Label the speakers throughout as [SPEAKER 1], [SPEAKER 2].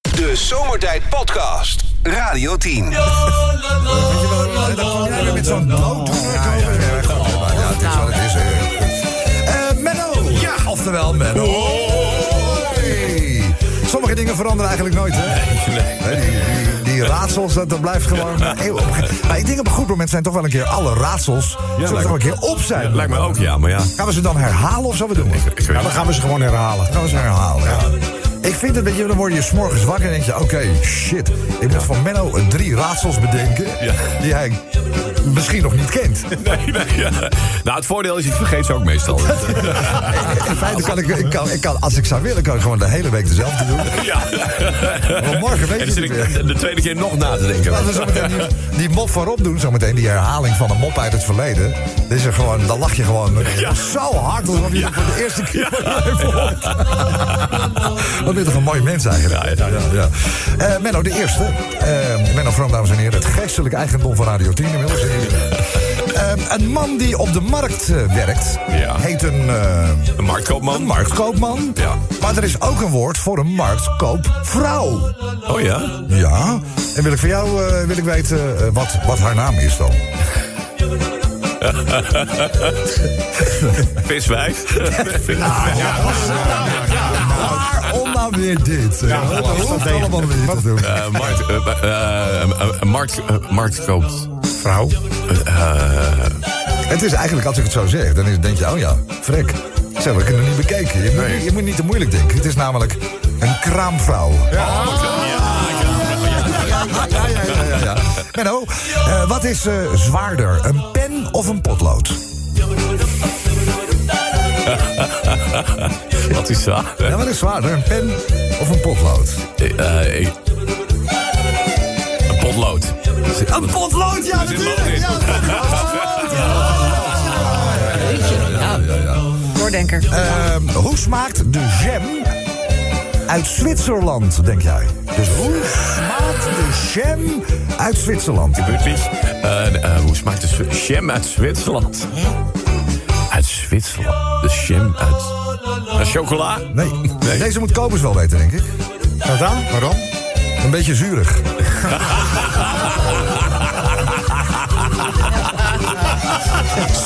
[SPEAKER 1] De Zomertijd Podcast. Radio 10.
[SPEAKER 2] Weet je wel, dan kom jij weer met zo'n blauwtoener. Ja, ja, ja, het is wat het is. eh. Eh, Menno! Ja, oftewel Menno. Hoi. Sommige dingen veranderen eigenlijk nooit, hè? Hè, die, die, die raadsels, dat, dat blijft gewoon eeuwig. Maar ik denk op een goed moment zijn toch wel een keer alle raadsels... zullen
[SPEAKER 3] lijkt
[SPEAKER 2] toch wel een
[SPEAKER 3] me-
[SPEAKER 2] keer op zijn.
[SPEAKER 3] Lijkt me ook, ja, maar ja.
[SPEAKER 2] Gaan we ze dan herhalen of zullen we doen?
[SPEAKER 3] ik weet
[SPEAKER 2] ja, dan
[SPEAKER 3] het.
[SPEAKER 2] gaan we ze gewoon herhalen. Gaan we ze herhalen, ja. Ik vind het, weet je, dan word je s'morgens wakker en denk je... oké, shit, ik moet van Menno drie raadsels bedenken...
[SPEAKER 3] Ja.
[SPEAKER 2] die hij misschien nog niet kent.
[SPEAKER 3] Nee, nee, ja. Nou, het voordeel is, ik vergeet ze ook meestal.
[SPEAKER 2] In feite kan ik, ik, kan, ik kan, als ik zou willen, kan ik gewoon de hele week dezelfde doen.
[SPEAKER 3] Ja.
[SPEAKER 2] Maar morgen weet
[SPEAKER 3] En
[SPEAKER 2] je
[SPEAKER 3] dan zit ik
[SPEAKER 2] het niet meer.
[SPEAKER 3] de- de tweede keer nog na te denken.
[SPEAKER 2] Laten we zo meteen die, die mop voorop doen, zo meteen die herhaling van een mop uit het verleden. Dit is er gewoon, dan lach je gewoon zo hard alsof je het voor de eerste keer van je leven hoort. Wat ben je toch een mooi mens eigenlijk.
[SPEAKER 3] Ja, ja, ja.
[SPEAKER 2] Eh, Menno, de eerste. Eh, Menno Vroom, dames en heren. Het geestelijk eigendom van Radio 10 inmiddels. Eh, een man die op de markt eh, werkt,
[SPEAKER 3] Ja.
[SPEAKER 2] heet een... eh,
[SPEAKER 3] Een marktkoopman.
[SPEAKER 2] Een marktkoopman.
[SPEAKER 3] Ja.
[SPEAKER 2] Maar er is ook een woord voor een marktkoopvrouw.
[SPEAKER 3] Oh ja?
[SPEAKER 2] Ja. En wil ik van jou eh, wil ik weten eh, wat, wat haar naam is dan?
[SPEAKER 3] Viswijf.
[SPEAKER 2] Ah, Waarom nou weer dit? Ja, dat hoeft allemaal niet te doen.
[SPEAKER 3] Eh, markt, eh, eh, eh, eh, markt, eh, marktkoopt.
[SPEAKER 2] Vrouw? Eh, Het is eigenlijk, als ik het zo zeg, dan is, denk je, oh ja, frek. Zo, heb ik het nog niet bekeken. Je moet, niet- je moet niet te moeilijk denken. Het is namelijk een kraamvrouw. Ja, ja, ja, ja, ja, ja, ja. Menno, eh, wat is eh, zwaarder, een pen of een potlood?
[SPEAKER 3] Wat is dat?
[SPEAKER 2] Ja, wat is zwaarder, een pen of een potlood?
[SPEAKER 3] Eh, eh, een potlood.
[SPEAKER 2] Een potlood, ja, natuurlijk! Ja, een potlood. Ja, ja, ja.
[SPEAKER 4] Doordenker.
[SPEAKER 2] Ehm, hoe smaakt de jam uit Zwitserland, denk jij? Dus hoe smaakt de jam uit Zwitserland?
[SPEAKER 3] Budwig. Eh, eh, hoe smaakt de Zwi- jam uit Zwitserland? Uit Zwitserland. De jam uit... Een chocola?
[SPEAKER 2] Nee. Deze moet Kobus wel weten, denk ik. Wat dan? Waarom? Een beetje zuurig.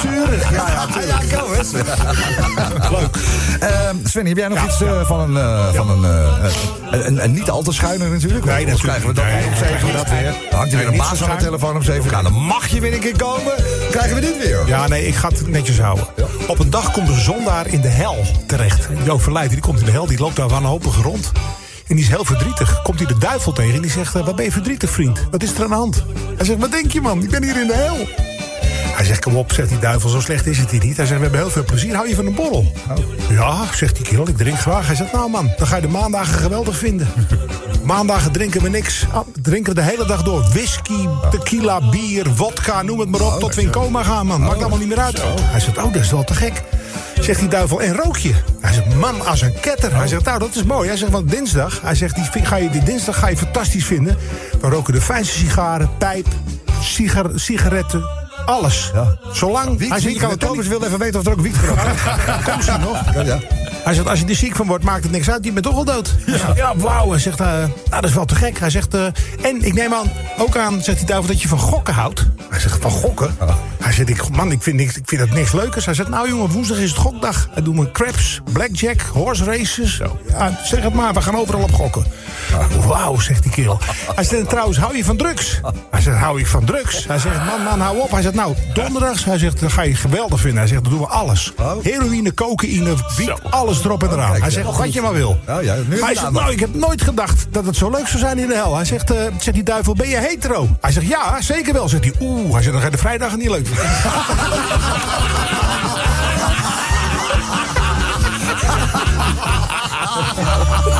[SPEAKER 2] zuurig, ja, ja. Ja, Kobus. Leuk. Ehm, Sven, heb jij nog iets eh, van een... eh, van een, eh, een, een, een niet al te schuine natuurlijk? Nee, natuurlijk. krijgen we dat weer op zeven. Dat weer. Dan hangt er weer een
[SPEAKER 5] niet zo
[SPEAKER 2] baas aan de
[SPEAKER 5] schuin.
[SPEAKER 2] telefoon op zeven. Nou, dan mag je weer een keer komen. krijgen we dit weer.
[SPEAKER 5] Ja, nee, ik ga het netjes houden. Op een dag komt een zondaar in de hel terecht. Jo Verleijden, die komt in de hel, die loopt daar wanhopig rond. En die is heel verdrietig. Komt hij de duivel tegen en die zegt... eh, Waar ben je verdrietig, vriend? Wat is er aan de hand? Hij zegt, wat denk je, man? Ik ben hier in de hel. Hij zegt, kom op, zegt die duivel, zo slecht is het hier niet. Hij zegt, we hebben heel veel plezier, hou je van een borrel? Nou, Ja, zegt die kerel, ik drink graag. Hij zegt, nou man, dan ga je de maandagen geweldig vinden. Maandagen drinken we niks. Ah, Drinken we de hele dag door. Whisky, tequila, bier, vodka, noem het maar op. Tot we in coma gaan, man. Maakt allemaal niet meer uit. Hij zegt, oh, dat is wel te gek. Zegt die duivel, en rook je? Hij zegt, man, als een ketter. Hij zegt, nou, dat is mooi. Hij zegt, want dinsdag, hij zegt, die, vind- ga je, die dinsdag ga je fantastisch vinden. We roken de fijnste sigaren, pijp, sigar, sigaretten, alles.
[SPEAKER 2] Ja.
[SPEAKER 5] Zolang
[SPEAKER 2] Wiet,
[SPEAKER 5] hij zegt,
[SPEAKER 2] wiet.
[SPEAKER 5] je kan het toch
[SPEAKER 2] Kobus
[SPEAKER 5] niet-
[SPEAKER 2] wil even weten of er ook wiet gerookt wordt.
[SPEAKER 5] Kom ze nog.
[SPEAKER 2] Ja, ja.
[SPEAKER 5] Hij zegt, als je er ziek van wordt, maakt het niks uit. Je bent toch al dood. Ja, ja wauw. Hij zegt, eh, nou, dat is wel te gek. Hij zegt, eh, en ik neem aan, ook aan, zegt die duivel, dat je van gokken houdt. Hij zegt, van gokken? Hij zegt, ik, man, ik vind, niks, ik vind dat niks leukers. Hij zegt, nou jongen, woensdag is het gokdag. Hij doen we craps, blackjack, horse races. Ja, zeg het maar, we gaan overal op gokken. Wauw, zegt die kerel. Hij zegt, en trouwens, hou je van drugs? Hij zegt, hou ik van drugs? Hij zegt, man, man, hou op. Hij zegt, nou, donderdags, hij zegt, dan ga je geweldig vinden. Hij zegt, dan doen we alles.
[SPEAKER 2] Oh.
[SPEAKER 5] Heroïne, cocaïne, wiet,
[SPEAKER 3] Zo.
[SPEAKER 5] alles erop en eraan.
[SPEAKER 2] kijk,
[SPEAKER 5] Hij
[SPEAKER 2] ja.
[SPEAKER 5] zegt, wat je maar wil.
[SPEAKER 2] Nou ja, nu heb je
[SPEAKER 5] hij
[SPEAKER 2] de
[SPEAKER 5] zegt,
[SPEAKER 2] aandacht.
[SPEAKER 5] nou, ik heb nooit gedacht dat het zo leuk zou zijn in de hel. Hij zegt, eh, zegt die duivel, ben je hetero? Hij zegt, ja, zeker wel. Zegt hij, oeh. Hij zegt, dan ga je de vrijdag niet leuk vinden.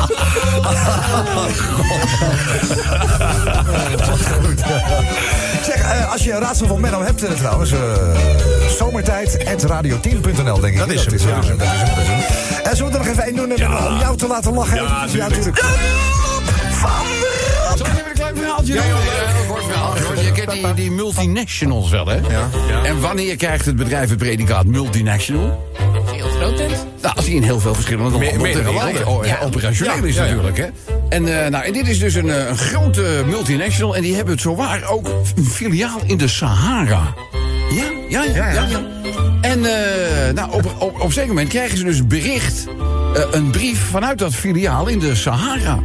[SPEAKER 2] Zeg, eh, als je een raadsel van Menno hebt eh, trouwens, eh zomertijd.radio10.nl denk ik.
[SPEAKER 5] Dat is hem, ja.
[SPEAKER 2] dat is hem, dat is hem, dat is hem. En zullen we er nog even één doen eh, Menno, om jou te laten lachen?
[SPEAKER 3] Ja,
[SPEAKER 2] Even-
[SPEAKER 3] tuurlijk.
[SPEAKER 2] De mop van de Rob.
[SPEAKER 6] Zal ik even een klein verhaaltje doen? George, Je kent die, die multinationals wel, hè? En wanneer krijgt het bedrijf het predicaat multinational?
[SPEAKER 7] Heel groot tent.
[SPEAKER 6] Nou, als hij in heel veel verschillende
[SPEAKER 3] Me-
[SPEAKER 6] landen ter
[SPEAKER 3] meerdere
[SPEAKER 6] wereld
[SPEAKER 3] landen.
[SPEAKER 6] o- operationeel
[SPEAKER 3] Ja,
[SPEAKER 6] is
[SPEAKER 3] ja, ja.
[SPEAKER 6] natuurlijk. Hè? En, eh, nou, en dit is dus een, eh, een grote multinational. En die hebben het zowaar ook een filiaal in de Sahara. Ja, ja, ja. ja, ja. En eh, nou, op, op, op een zeker moment krijgen ze dus een bericht. eh, een brief vanuit dat filiaal in de Sahara.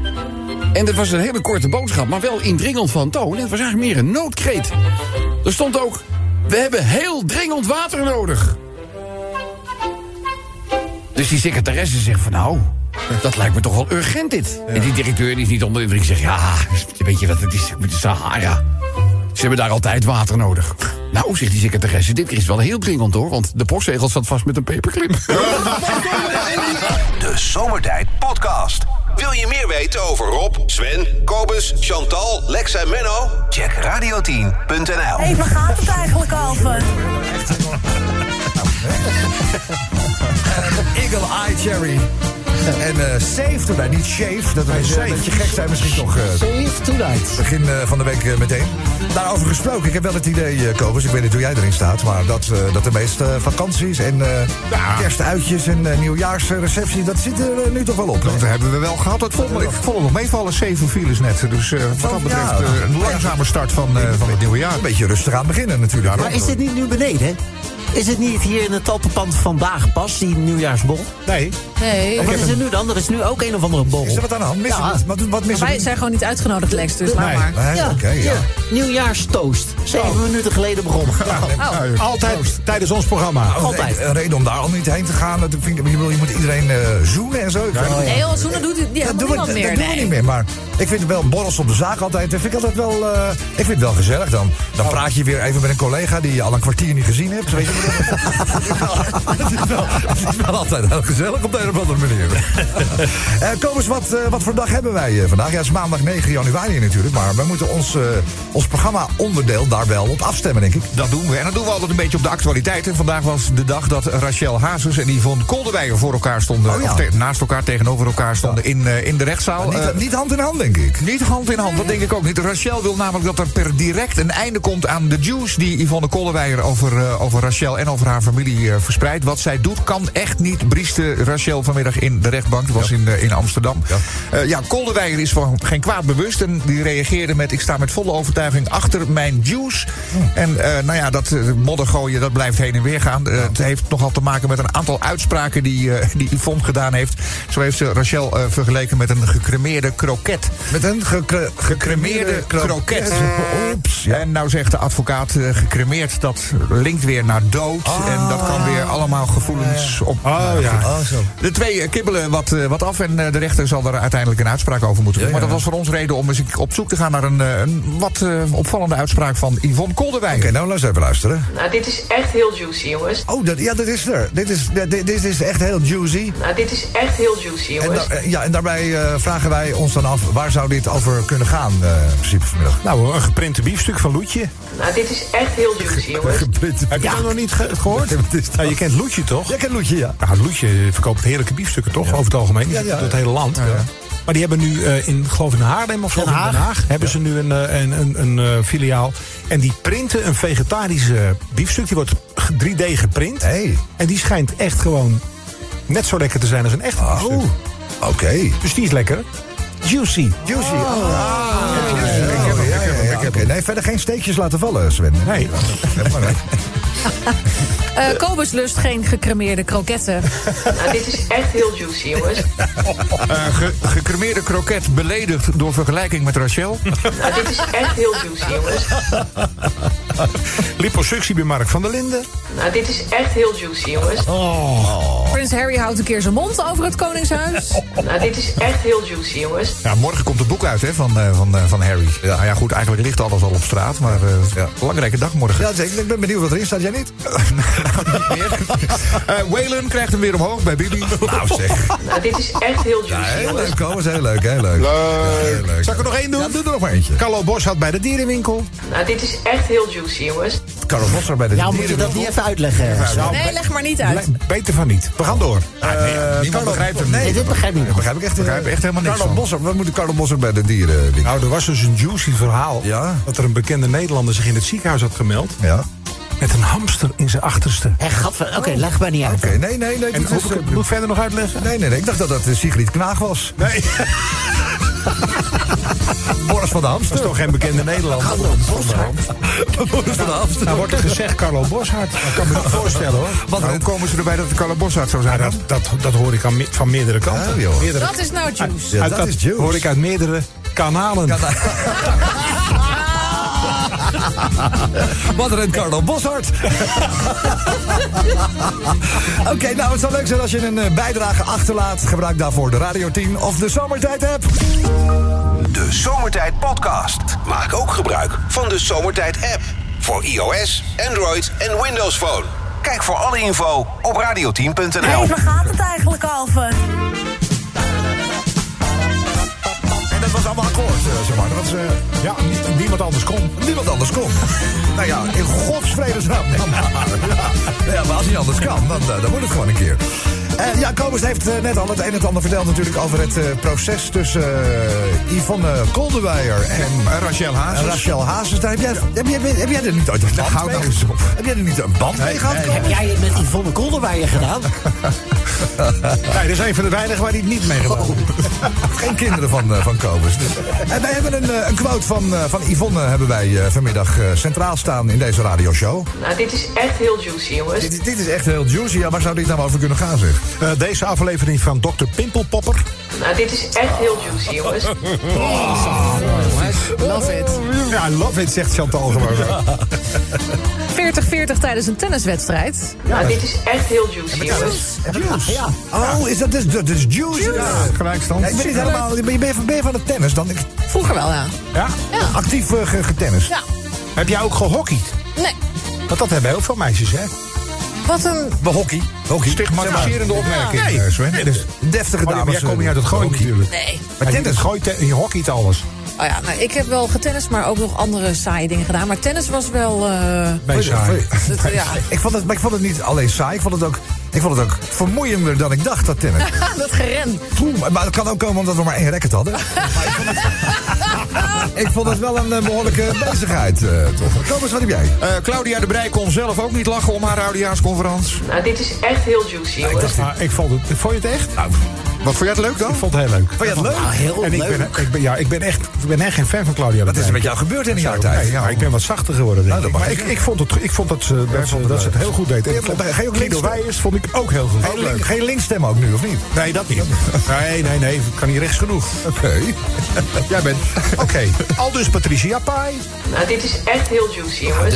[SPEAKER 6] En dat was een hele korte boodschap, maar wel indringend van toon. En het was eigenlijk meer een noodkreet. Er stond ook: We hebben heel dringend water nodig. Dus die secretaresse zegt van nou, dat lijkt me toch wel urgent dit. En die directeur die is niet onder de indruk zegt... ja, weet je wat het is met de Sahara? Ze hebben daar altijd water nodig. Nou, zegt die secretaresse, dit is wel heel dringend hoor... want de postzegel zat vast met een paperclip.
[SPEAKER 1] De Zomertijd Podcast. Wil je meer weten over Rob, Sven, Kobus, Chantal, Lex en Menno? Check radio10.nl.
[SPEAKER 4] Hé, waar gaat het eigenlijk over?
[SPEAKER 2] Eagle Eye Cherry. En eh Save erbij, niet Shave. Dat we een beetje gek zijn misschien toch. eh,
[SPEAKER 7] Save tonight.
[SPEAKER 2] begin eh, van de week eh, meteen. Daarover gesproken, ik heb wel het idee, eh Kobus, ik weet niet hoe jij erin staat... maar dat, eh, dat de meeste vakanties en eh, kerstuitjes en eh, nieuwjaarsrecepties... dat zit er eh, nu toch wel op. hè?
[SPEAKER 8] Dat hebben we wel gehad. Het vond, ik vond het nog meevallen. Zeven files net. Dus eh, wat dat betreft
[SPEAKER 2] Ja.
[SPEAKER 8] eh, een langzame start van, eh, van het nieuwe jaar.
[SPEAKER 2] Een beetje rustig aan beginnen natuurlijk.
[SPEAKER 7] Maar is dit niet nu beneden? hè? Is het niet hier in het tappenpand vandaag pas, die nieuwjaarsbol?
[SPEAKER 5] Nee.
[SPEAKER 4] Nee,
[SPEAKER 7] Of wat is er nu dan? Er is nu ook een of andere bol.
[SPEAKER 2] Oh, Is er wat aan de hand? Missen
[SPEAKER 7] Ja.
[SPEAKER 2] we- wat, wat missen
[SPEAKER 4] wij
[SPEAKER 2] we?
[SPEAKER 4] zijn gewoon niet uitgenodigd, Lex, dus laat
[SPEAKER 5] Nee.
[SPEAKER 4] maar.
[SPEAKER 2] Nee, Oké, ja.
[SPEAKER 7] Nieuwjaarstoost. Zeven minuten geleden begonnen.
[SPEAKER 8] Nou,
[SPEAKER 2] Oh.
[SPEAKER 5] Altijd tijdens ons programma.
[SPEAKER 2] Een
[SPEAKER 7] Altijd.
[SPEAKER 2] reden- Een Oh, reden om daar al niet heen te gaan. Dat vind ik, ik bedoel, je moet iedereen eh zoenen en zo. Ik weet niet.
[SPEAKER 4] Nee, joh, zoenen doet die helemaal
[SPEAKER 2] doen we,
[SPEAKER 4] niemand meer.
[SPEAKER 2] dat doen we
[SPEAKER 4] nee.
[SPEAKER 2] niet meer. Maar ik vind wel borrels op de zaak altijd. Dat vind ik altijd wel. eh, ik vind het wel gezellig dan.
[SPEAKER 8] Oh.
[SPEAKER 2] Dan praat je weer even met een collega die je al een kwartier niet gezien hebt. Weet je wat ik bedoel? Het is wel- Het is wel altijd heel gezellig op de een of andere manier. Eh Kobus, wat, eh, wat voor dag hebben wij eh, vandaag? Ja, het is maandag 9 januari natuurlijk. Maar we moeten ons, eh, ons programma-onderdeel daar wel op afstemmen, denk ik.
[SPEAKER 8] Dat doen we. En dat doen we altijd een beetje op de actualiteit. En vandaag was de dag dat Rachel Hazes en Yvonne Kolderweijer voor elkaar stonden.
[SPEAKER 2] Oh ja.
[SPEAKER 8] Of te- naast elkaar, tegenover elkaar stonden in, eh, in de rechtszaal.
[SPEAKER 2] Niet,
[SPEAKER 8] Eh,
[SPEAKER 2] niet hand in hand, denk ik.
[SPEAKER 8] Niet hand in hand, dat denk ik ook niet. Rachel wil namelijk dat er per direct een einde komt aan de juice die Yvonne Kollewijer over, eh, over Rachel en over haar familie eh, verspreidt. Wat zij doet kan echt niet, brieste Rachel vanmiddag in de rechtbank. Dat was in, eh, in Amsterdam. Ja, ja Kollewijer is van geen kwaad bewust en die reageerde met: Ik sta met volle overtuiging achter mijn juice.
[SPEAKER 2] Hmm.
[SPEAKER 8] En eh, nou ja, dat eh, modder gooien, dat blijft heen en weer gaan. Eh, Het heeft nogal te maken met een aantal uitspraken die, eh, die Yvonne gedaan heeft. Zo heeft ze Rachel eh, vergeleken met een gecremeerde kroket
[SPEAKER 2] Met een gecre- gecremeerde
[SPEAKER 8] gecremeerde kroket.
[SPEAKER 2] kroket. Oeps. ja.
[SPEAKER 8] En nou zegt de advocaat, eh, gecremeerd, dat linkt weer naar dood. en dat kan weer allemaal gevoelens op.
[SPEAKER 5] Oh ja.
[SPEAKER 2] Ah. Oh, zo.
[SPEAKER 8] De twee eh, kibbelen wat, eh, wat af en eh, de rechter zal er uiteindelijk een uitspraak over moeten doen.
[SPEAKER 2] Ja, ja.
[SPEAKER 8] Maar dat was voor ons reden om eens op zoek te gaan naar een, eh, een wat eh, opvallende uitspraak van Yvonne Kolderwijn.
[SPEAKER 2] Oké, nou laten we even luisteren.
[SPEAKER 9] Nou, dit is echt heel juicy, jongens.
[SPEAKER 2] Oh, dat, ja, dat is er. Dit is, dit, dit is echt heel juicy.
[SPEAKER 9] Nou, dit is echt heel juicy,
[SPEAKER 2] En,
[SPEAKER 9] jongens.
[SPEAKER 2] da- eh, ja, en daarbij eh, vragen wij ons dan af, waar zou dit over kunnen gaan, eh, in principe vanmiddag?
[SPEAKER 5] Nou, een geprinte biefstuk van Loetje.
[SPEAKER 9] Nou, dit is echt heel juicy, jongens.
[SPEAKER 5] Heb je dat nog niet ge- gehoord?
[SPEAKER 2] Nee, wat is dat?
[SPEAKER 5] Ja, je kent Loetje toch?
[SPEAKER 2] Jij kent Loetje, ja.
[SPEAKER 5] Ja, Loetje verkoopt heerlijke biefstukken toch? Over het algemeen.
[SPEAKER 2] Ja,
[SPEAKER 5] Ja,
[SPEAKER 2] ja,
[SPEAKER 5] het hele land. Maar die hebben nu eh, in, geloof in Haarlem of zo,
[SPEAKER 7] Den
[SPEAKER 5] of in Den
[SPEAKER 7] Haag.
[SPEAKER 5] Haag, hebben ze nu een, eh, een, een, een eh, filiaal. En die printen een vegetarische biefstuk. Die wordt g- 3D geprint.
[SPEAKER 2] Hey.
[SPEAKER 5] En die schijnt echt gewoon net zo lekker te zijn als een echt biefstuk.
[SPEAKER 2] Oké.
[SPEAKER 5] Dus die is lekker. Juicy.
[SPEAKER 2] Juicy. Oh. Oh, ja, ja, ja, oké. Nee, verder geen steekjes laten vallen, Sven.
[SPEAKER 5] Nee.
[SPEAKER 2] Ja, maar, eh,
[SPEAKER 4] Eh, Kobus lust geen gecremeerde kroketten.
[SPEAKER 9] Nou, dit is echt heel juicy, jongens.
[SPEAKER 8] Eh, ge- gecremeerde kroket beledigd door vergelijking met Rachel.
[SPEAKER 9] Nou, dit is echt heel juicy, jongens.
[SPEAKER 5] Liposuctie bij Mark van der Linden.
[SPEAKER 9] Nou, dit is echt heel juicy, jongens.
[SPEAKER 4] Prins Harry houdt een keer zijn mond over het Koningshuis.
[SPEAKER 9] Nou, dit is echt heel juicy, jongens.
[SPEAKER 8] Ja, morgen komt het boek uit hè, van, eh, van, eh, van Harry. Ja. Nou ja, goed, eigenlijk ligt alles al op straat. Maar eh,
[SPEAKER 2] Ja.
[SPEAKER 8] belangrijke dag morgen. Nou,
[SPEAKER 2] ja, zeker. Ik ben benieuwd wat erin staat. Jij niet?
[SPEAKER 8] Eh Waylon krijgt hem weer omhoog bij Bibi. Nou zeg.
[SPEAKER 9] Nou, dit is echt heel juicy,
[SPEAKER 2] Heel
[SPEAKER 9] jongens.
[SPEAKER 2] leuk, Kobus. Heel leuk, heel leuk. Ja, heel leuk.
[SPEAKER 8] Zal ik er nog één doen?
[SPEAKER 2] Ja, doe er nog maar eentje.
[SPEAKER 8] Carlo Bos had bij de dierenwinkel.
[SPEAKER 9] Nou, dit is echt heel juicy, jongens.
[SPEAKER 2] Karel Bosser bij de
[SPEAKER 7] Ja, nou, moet je dat niet even uitleggen? Sjaal?
[SPEAKER 4] Nee, leg maar niet uit.
[SPEAKER 5] Lijkt Beter van niet. We gaan door.
[SPEAKER 2] Eh,
[SPEAKER 8] Niemand begrijpt hem.
[SPEAKER 7] Nee, dit begrijp ik niet.
[SPEAKER 2] Begrijp ik echt, eh,
[SPEAKER 8] Begrijp ik echt helemaal Oh, niks
[SPEAKER 2] Carlo
[SPEAKER 8] van.
[SPEAKER 2] Bosser, wat moet Carlo Bosser bij de dieren?
[SPEAKER 5] Nou, er was dus een juicy verhaal.
[SPEAKER 2] Ja.
[SPEAKER 5] Dat er een bekende Nederlander zich in het ziekenhuis had gemeld.
[SPEAKER 2] Ja.
[SPEAKER 5] Met een hamster in zijn achterste.
[SPEAKER 7] Hé, gadver- Oké, leg maar niet uit.
[SPEAKER 2] Oké, nee, nee, nee.
[SPEAKER 5] En
[SPEAKER 2] dit
[SPEAKER 5] moet ik
[SPEAKER 2] is,
[SPEAKER 5] het moet ik verder nog uitleggen?
[SPEAKER 2] nee, nee, nee. Ik dacht dat dat eh, Sigrid Knaag was.
[SPEAKER 5] Nee,
[SPEAKER 2] Boris van de
[SPEAKER 5] dat
[SPEAKER 2] Hamster.
[SPEAKER 5] is toch geen bekende Nederlander.
[SPEAKER 2] Boris van de Hamster.
[SPEAKER 5] Daar wordt er gezegd Carlo Boshart. Dat kan me niet voorstellen hoor. Nou,
[SPEAKER 8] Want hoe komen ze erbij dat het Carlo Bossard zou zijn?
[SPEAKER 5] Ja, dat, dat, dat hoor ik aan me- van meerdere kanten.
[SPEAKER 2] Oh, joh.
[SPEAKER 5] Meerdere-
[SPEAKER 4] Dat is nou juice.
[SPEAKER 2] Ja,
[SPEAKER 5] uit-
[SPEAKER 2] dat
[SPEAKER 5] uit-
[SPEAKER 2] is juice.
[SPEAKER 5] Hoor ik uit meerdere kanalen.
[SPEAKER 2] Wat een Carlo Boshart. Oké, nou het zou leuk zijn als je een eh, bijdrage achterlaat. Gebruik daarvoor de Radio 10 of de Zomertijd app.
[SPEAKER 1] De Zomertijd Podcast. Maak ook gebruik van de Zomertijd app. Voor iOS, Android en Windows Phone. Kijk voor alle info op radio10.nl.
[SPEAKER 10] gaat het eigenlijk, Alve?
[SPEAKER 2] En dat was allemaal akkoord, eh, zeg maar. Dat was, eh,
[SPEAKER 5] Ja, nie- niemand anders kon.
[SPEAKER 2] niemand anders kon. nou ja, in godsvredesnaam dan maar. Ja, nou ja, maar als niet anders kan, dan, eh, dan moet het gewoon een keer. Eh, ja, Kobus heeft eh, net al het een en het ander verteld natuurlijk over het eh, proces tussen eh, Yvonne Koldewijer en
[SPEAKER 8] Eh, Rachel
[SPEAKER 2] En
[SPEAKER 8] Hazes.
[SPEAKER 2] Rachel Hazes, daar heb jij, heb, jij, heb jij er niet ooit een band
[SPEAKER 8] hou
[SPEAKER 2] mee?
[SPEAKER 8] nou eens op.
[SPEAKER 2] Heb jij er niet een band mee gehad? Koos?
[SPEAKER 7] Heb jij het met Yvonne Kolderweijer gedaan?
[SPEAKER 5] Nee, dat is een van de weinigen waar hij het niet mee
[SPEAKER 2] Oh,
[SPEAKER 5] gedaan heeft.
[SPEAKER 2] Geen kinderen van, eh, van Kobus. En wij hebben een, eh, een quote van, eh, van Yvonne hebben wij eh, vanmiddag eh, centraal staan in deze radioshow.
[SPEAKER 9] Nou, dit is echt heel juicy, jongens.
[SPEAKER 2] Dit, dit is echt heel juicy. Ja, waar zou dit nou over kunnen gaan, zeg?
[SPEAKER 5] Eh, deze aflevering van Dr. Pimpelpopper.
[SPEAKER 9] Nou, dit is echt heel juicy, jongens.
[SPEAKER 4] Love it.
[SPEAKER 5] Ja, I love it, zegt Chantal gewoon.
[SPEAKER 4] 40-40 tijdens een tenniswedstrijd.
[SPEAKER 9] Nou, dit is echt heel juicy, jongens.
[SPEAKER 2] Juice. Oh, is dat dus, dat is juice? Ja.
[SPEAKER 5] Gelijkstand.
[SPEAKER 2] Ja, ik ben niet helemaal... Ben je, ben je van- ben je van de tennis dan? Ik,
[SPEAKER 4] Vroeger wel, ja.
[SPEAKER 5] Ja?
[SPEAKER 4] Ja.
[SPEAKER 2] actief eh, ge- getennist.
[SPEAKER 4] ja.
[SPEAKER 5] Heb jij ook gehockeyd?
[SPEAKER 4] Nee.
[SPEAKER 5] Want dat hebben heel veel meisjes, hè?
[SPEAKER 4] Wat een...
[SPEAKER 2] Bij hockey. Hockey.
[SPEAKER 8] Stigmatiserende opmerking,
[SPEAKER 5] Nee.
[SPEAKER 8] eh, Sven.
[SPEAKER 5] Nee, dus,
[SPEAKER 2] Deftige
[SPEAKER 5] oh,
[SPEAKER 2] dames. eh,
[SPEAKER 5] jij komt niet uit het gooien
[SPEAKER 2] hockey.
[SPEAKER 5] natuurlijk.
[SPEAKER 4] Nee.
[SPEAKER 5] Maar tennis gooit,
[SPEAKER 2] eh,
[SPEAKER 5] je hockeyt alles.
[SPEAKER 4] Oh ja, nou, ik heb wel getennist, maar ook nog andere saaie dingen gedaan. Maar tennis was wel... eh,
[SPEAKER 5] Bij saai.
[SPEAKER 4] het- ja.
[SPEAKER 2] Ik vond, het, maar ik vond het niet alleen saai, ik vond het ook, ik vond het ook vermoeiender dan ik dacht, dat tennis.
[SPEAKER 4] dat geren.
[SPEAKER 2] Poeh, maar- maar dat kan ook komen omdat we maar één racket hadden. Maar ik, vond het, ik vond het wel een eh, behoorlijke bezigheid, eh, toch? Thomas, wat heb jij?
[SPEAKER 8] Eh, Claudia de Brij kon zelf ook niet lachen om haar oudejaarsconferentie.
[SPEAKER 9] Nou, dit is echt heel juicy, jongens.
[SPEAKER 5] Maar ik vond het, vond je het echt?
[SPEAKER 2] Nou,
[SPEAKER 8] Wat vond jij het leuk dan?
[SPEAKER 5] Ik vond het heel leuk.
[SPEAKER 2] Vond je het leuk?
[SPEAKER 7] Nou, heel
[SPEAKER 5] en ik
[SPEAKER 7] leuk.
[SPEAKER 5] ben, ik ben, ja, ik ben, echt, ik ben echt geen fan van Claudia.
[SPEAKER 2] Wat is er met jou gebeurd in een jaar tijd?
[SPEAKER 5] Nee, maar ik ben wat zachter geworden. Denk
[SPEAKER 2] Nou, dat
[SPEAKER 5] ik.
[SPEAKER 2] mag
[SPEAKER 5] Maar ik,
[SPEAKER 2] niet.
[SPEAKER 5] ik, vond het, ik vond dat ze, dat, ze, dat ze het heel goed deed. En ik vond,
[SPEAKER 2] Ga je ook
[SPEAKER 5] Guido
[SPEAKER 2] links-
[SPEAKER 5] Wijers vond ik ook heel goed.
[SPEAKER 2] Geen, link, geen linksstem ook nu, of niet?
[SPEAKER 5] Nee, dat niet. Nee, nee, nee. Kan niet rechts genoeg.
[SPEAKER 2] Oké.
[SPEAKER 5] Jij bent... Oké. Al dus Patricia Pai.
[SPEAKER 9] Nou, dit is echt heel juicy, jongens.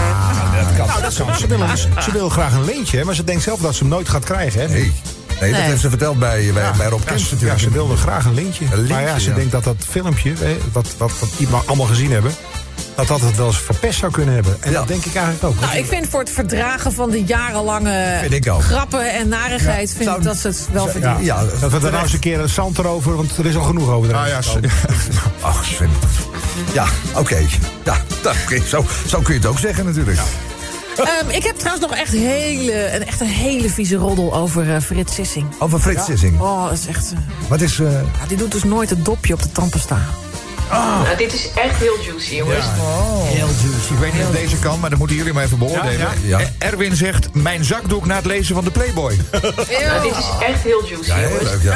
[SPEAKER 5] Nou, dat kan. Ze wil,
[SPEAKER 2] Ah,
[SPEAKER 5] ze wil graag een leentje, hè, maar ze denkt zelf dat ze hem nooit gaat krijgen. Hè?
[SPEAKER 2] Nee. nee, dat
[SPEAKER 4] Nee.
[SPEAKER 2] heeft ze verteld bij, bij, bij Rob
[SPEAKER 5] Ja,
[SPEAKER 2] Kemps
[SPEAKER 5] ze-
[SPEAKER 2] natuurlijk.
[SPEAKER 5] Ja, ze wilde graag een lintje.
[SPEAKER 2] lintje,
[SPEAKER 5] maar ja, ze
[SPEAKER 2] ja.
[SPEAKER 5] denkt dat dat filmpje, hè, wat, wat, wat iemand allemaal gezien hebben... dat dat het wel eens verpest zou kunnen hebben. En
[SPEAKER 2] Ja.
[SPEAKER 5] dat denk ik eigenlijk ook.
[SPEAKER 4] Nou, ik vind voor het verdragen van de jarenlange
[SPEAKER 2] Vind ik ook.
[SPEAKER 4] grappen en narigheid... vind
[SPEAKER 2] Oh. zou-
[SPEAKER 4] ik dat ze het wel
[SPEAKER 5] ja,
[SPEAKER 4] verdienen.
[SPEAKER 2] ja, Ah,
[SPEAKER 5] dat we er nou eens een keer een zand erover, want er is al genoeg over.
[SPEAKER 8] Nou ja, ze-
[SPEAKER 2] Ach, Sven. Ja, oké. Ja, dat- oké, zo, zo kun je het ook zeggen natuurlijk.
[SPEAKER 4] Ehm, ik heb trouwens nog echt, hele, een, echt een hele vieze roddel over eh, Frits Sissing.
[SPEAKER 2] Over Frits Sissing.
[SPEAKER 4] Oh, dat is echt... eh,
[SPEAKER 2] Wat is... eh,
[SPEAKER 4] ja, die doet dus nooit het dopje op de tanden staan.
[SPEAKER 9] Nou, dit is echt heel juicy, jongens.
[SPEAKER 7] Heel juicy.
[SPEAKER 8] Ik weet niet of Oh. deze kan, maar dat moeten jullie maar even beoordelen.
[SPEAKER 5] Ja,
[SPEAKER 2] ja.
[SPEAKER 8] Eh, Erwin zegt, mijn zakdoek na het lezen van de Playboy.
[SPEAKER 9] Nou, dit is echt heel juicy,
[SPEAKER 2] heel
[SPEAKER 9] jongens.
[SPEAKER 2] leuk, ja.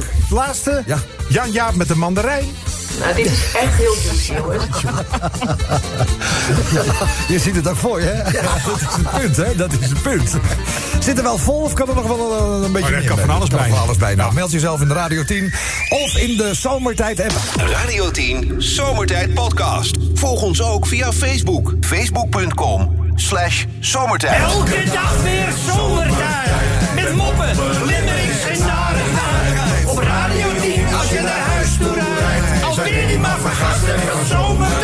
[SPEAKER 5] Het laatste,
[SPEAKER 2] Ja.
[SPEAKER 5] Jan Jaap met de mandarijn.
[SPEAKER 9] Nou, dit is echt heel juicy, jongens.
[SPEAKER 2] Je ziet het ook voor je, hè? Ja, dat is een punt, hè? Dat is een punt. Zit er wel vol of kan er nog wel een, een beetje
[SPEAKER 5] er
[SPEAKER 2] meer
[SPEAKER 5] Oh, kan
[SPEAKER 2] bij?
[SPEAKER 5] van alles
[SPEAKER 2] Er kan
[SPEAKER 5] bij.
[SPEAKER 2] van alles bij. Nou, meld jezelf in de Radio 10 of in de Zomertijd app.
[SPEAKER 1] Radio 10 Zomertijd Podcast. Volg ons ook via Facebook. Facebook.com slash zomertijd.
[SPEAKER 11] Elke dag weer zomertijd. Met moppen, limmerings en narigheid. Op Radio 10 als je naar huis toe rijdt. Alweer die maar vergasten van zomertijd.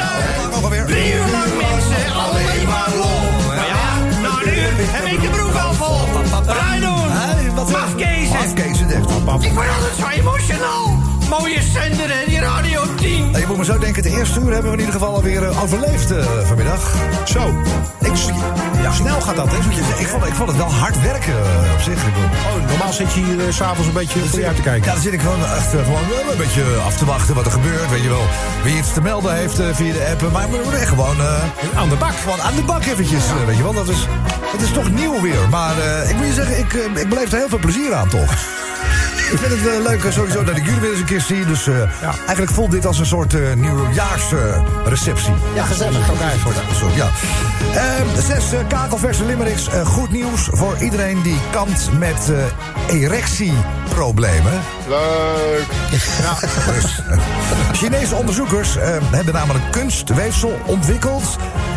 [SPEAKER 11] Drie uur lang mensen, alleen maar lol. Maar ja, nou nu heb ik de broek al vol. Rijdon,
[SPEAKER 2] Hey, wat-
[SPEAKER 11] mafkezen.
[SPEAKER 2] Mafkezen, echt.
[SPEAKER 11] Ik word altijd zo emotional. Mooie zender en die Radio 10.
[SPEAKER 2] Hey, je moet maar zo denken. Het eerste uur hebben we in ieder geval alweer eh, overleefd eh, vanmiddag. Zo. Ik, ja, snel gaat dat, hè? zo'n je- Ik vond, ik vond het wel hard werken eh, op zich. Ik bedoel,
[SPEAKER 5] Oh, normaal zit je hier eh, s s'avonds een beetje voor je uit te kijken.
[SPEAKER 2] Ja, dan zit ik gewoon, echt, eh, gewoon wel een beetje af te wachten wat er gebeurt. Weet je wel, wie iets te melden heeft eh, via de app. Maar we moeten echt gewoon eh, aan de bak. Gewoon aan de bak eventjes, eh, weet je wel. Dat is, het is toch nieuw weer. Maar eh, ik moet je zeggen, ik, eh, ik beleef er heel veel plezier aan, toch? Ik vind het eh, leuk eh, sowieso dat ik jullie weer eens een keer zie. Dus eh, eigenlijk voelt dit als een soort eh, nieuwjaarsreceptie.
[SPEAKER 7] Ja, gezellig.
[SPEAKER 2] Sorry, ja. Ehm, zes eh, kakelverse limericks. Eh, goed nieuws voor iedereen die kampt met eh, erectieproblemen.
[SPEAKER 10] Leuk.
[SPEAKER 2] Dus, eh, Chinese onderzoekers eh, hebben namelijk kunstweefsel ontwikkeld...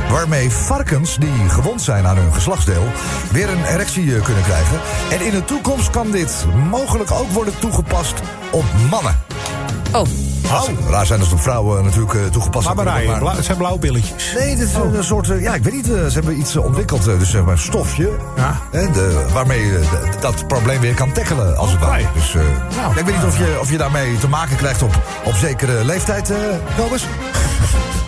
[SPEAKER 2] waarmee varkens die gewond zijn aan hun geslachtsdeel... weer een erectie eh, kunnen krijgen. En in de toekomst kan dit mogelijk ook worden toegepast op mannen.
[SPEAKER 4] Oh.
[SPEAKER 2] oh. Raar zijn als het op vrouwen natuurlijk eh, toegepast
[SPEAKER 5] Maar
[SPEAKER 2] wordt,
[SPEAKER 5] Marije, bla- het zijn blauwe billetjes.
[SPEAKER 2] Nee, dit is een eh, soort. eh, Ja, ik weet niet. eh, Ze hebben iets eh, ontwikkeld, eh, dus zeg maar stofje.
[SPEAKER 5] Ja.
[SPEAKER 2] Hè, de, waarmee je eh, dat probleem weer kan tackelen, als het ware. Dus eh,
[SPEAKER 5] Nou,
[SPEAKER 2] ik weet niet of je, of je daarmee te maken krijgt op, op zekere leeftijd, eh Thomas.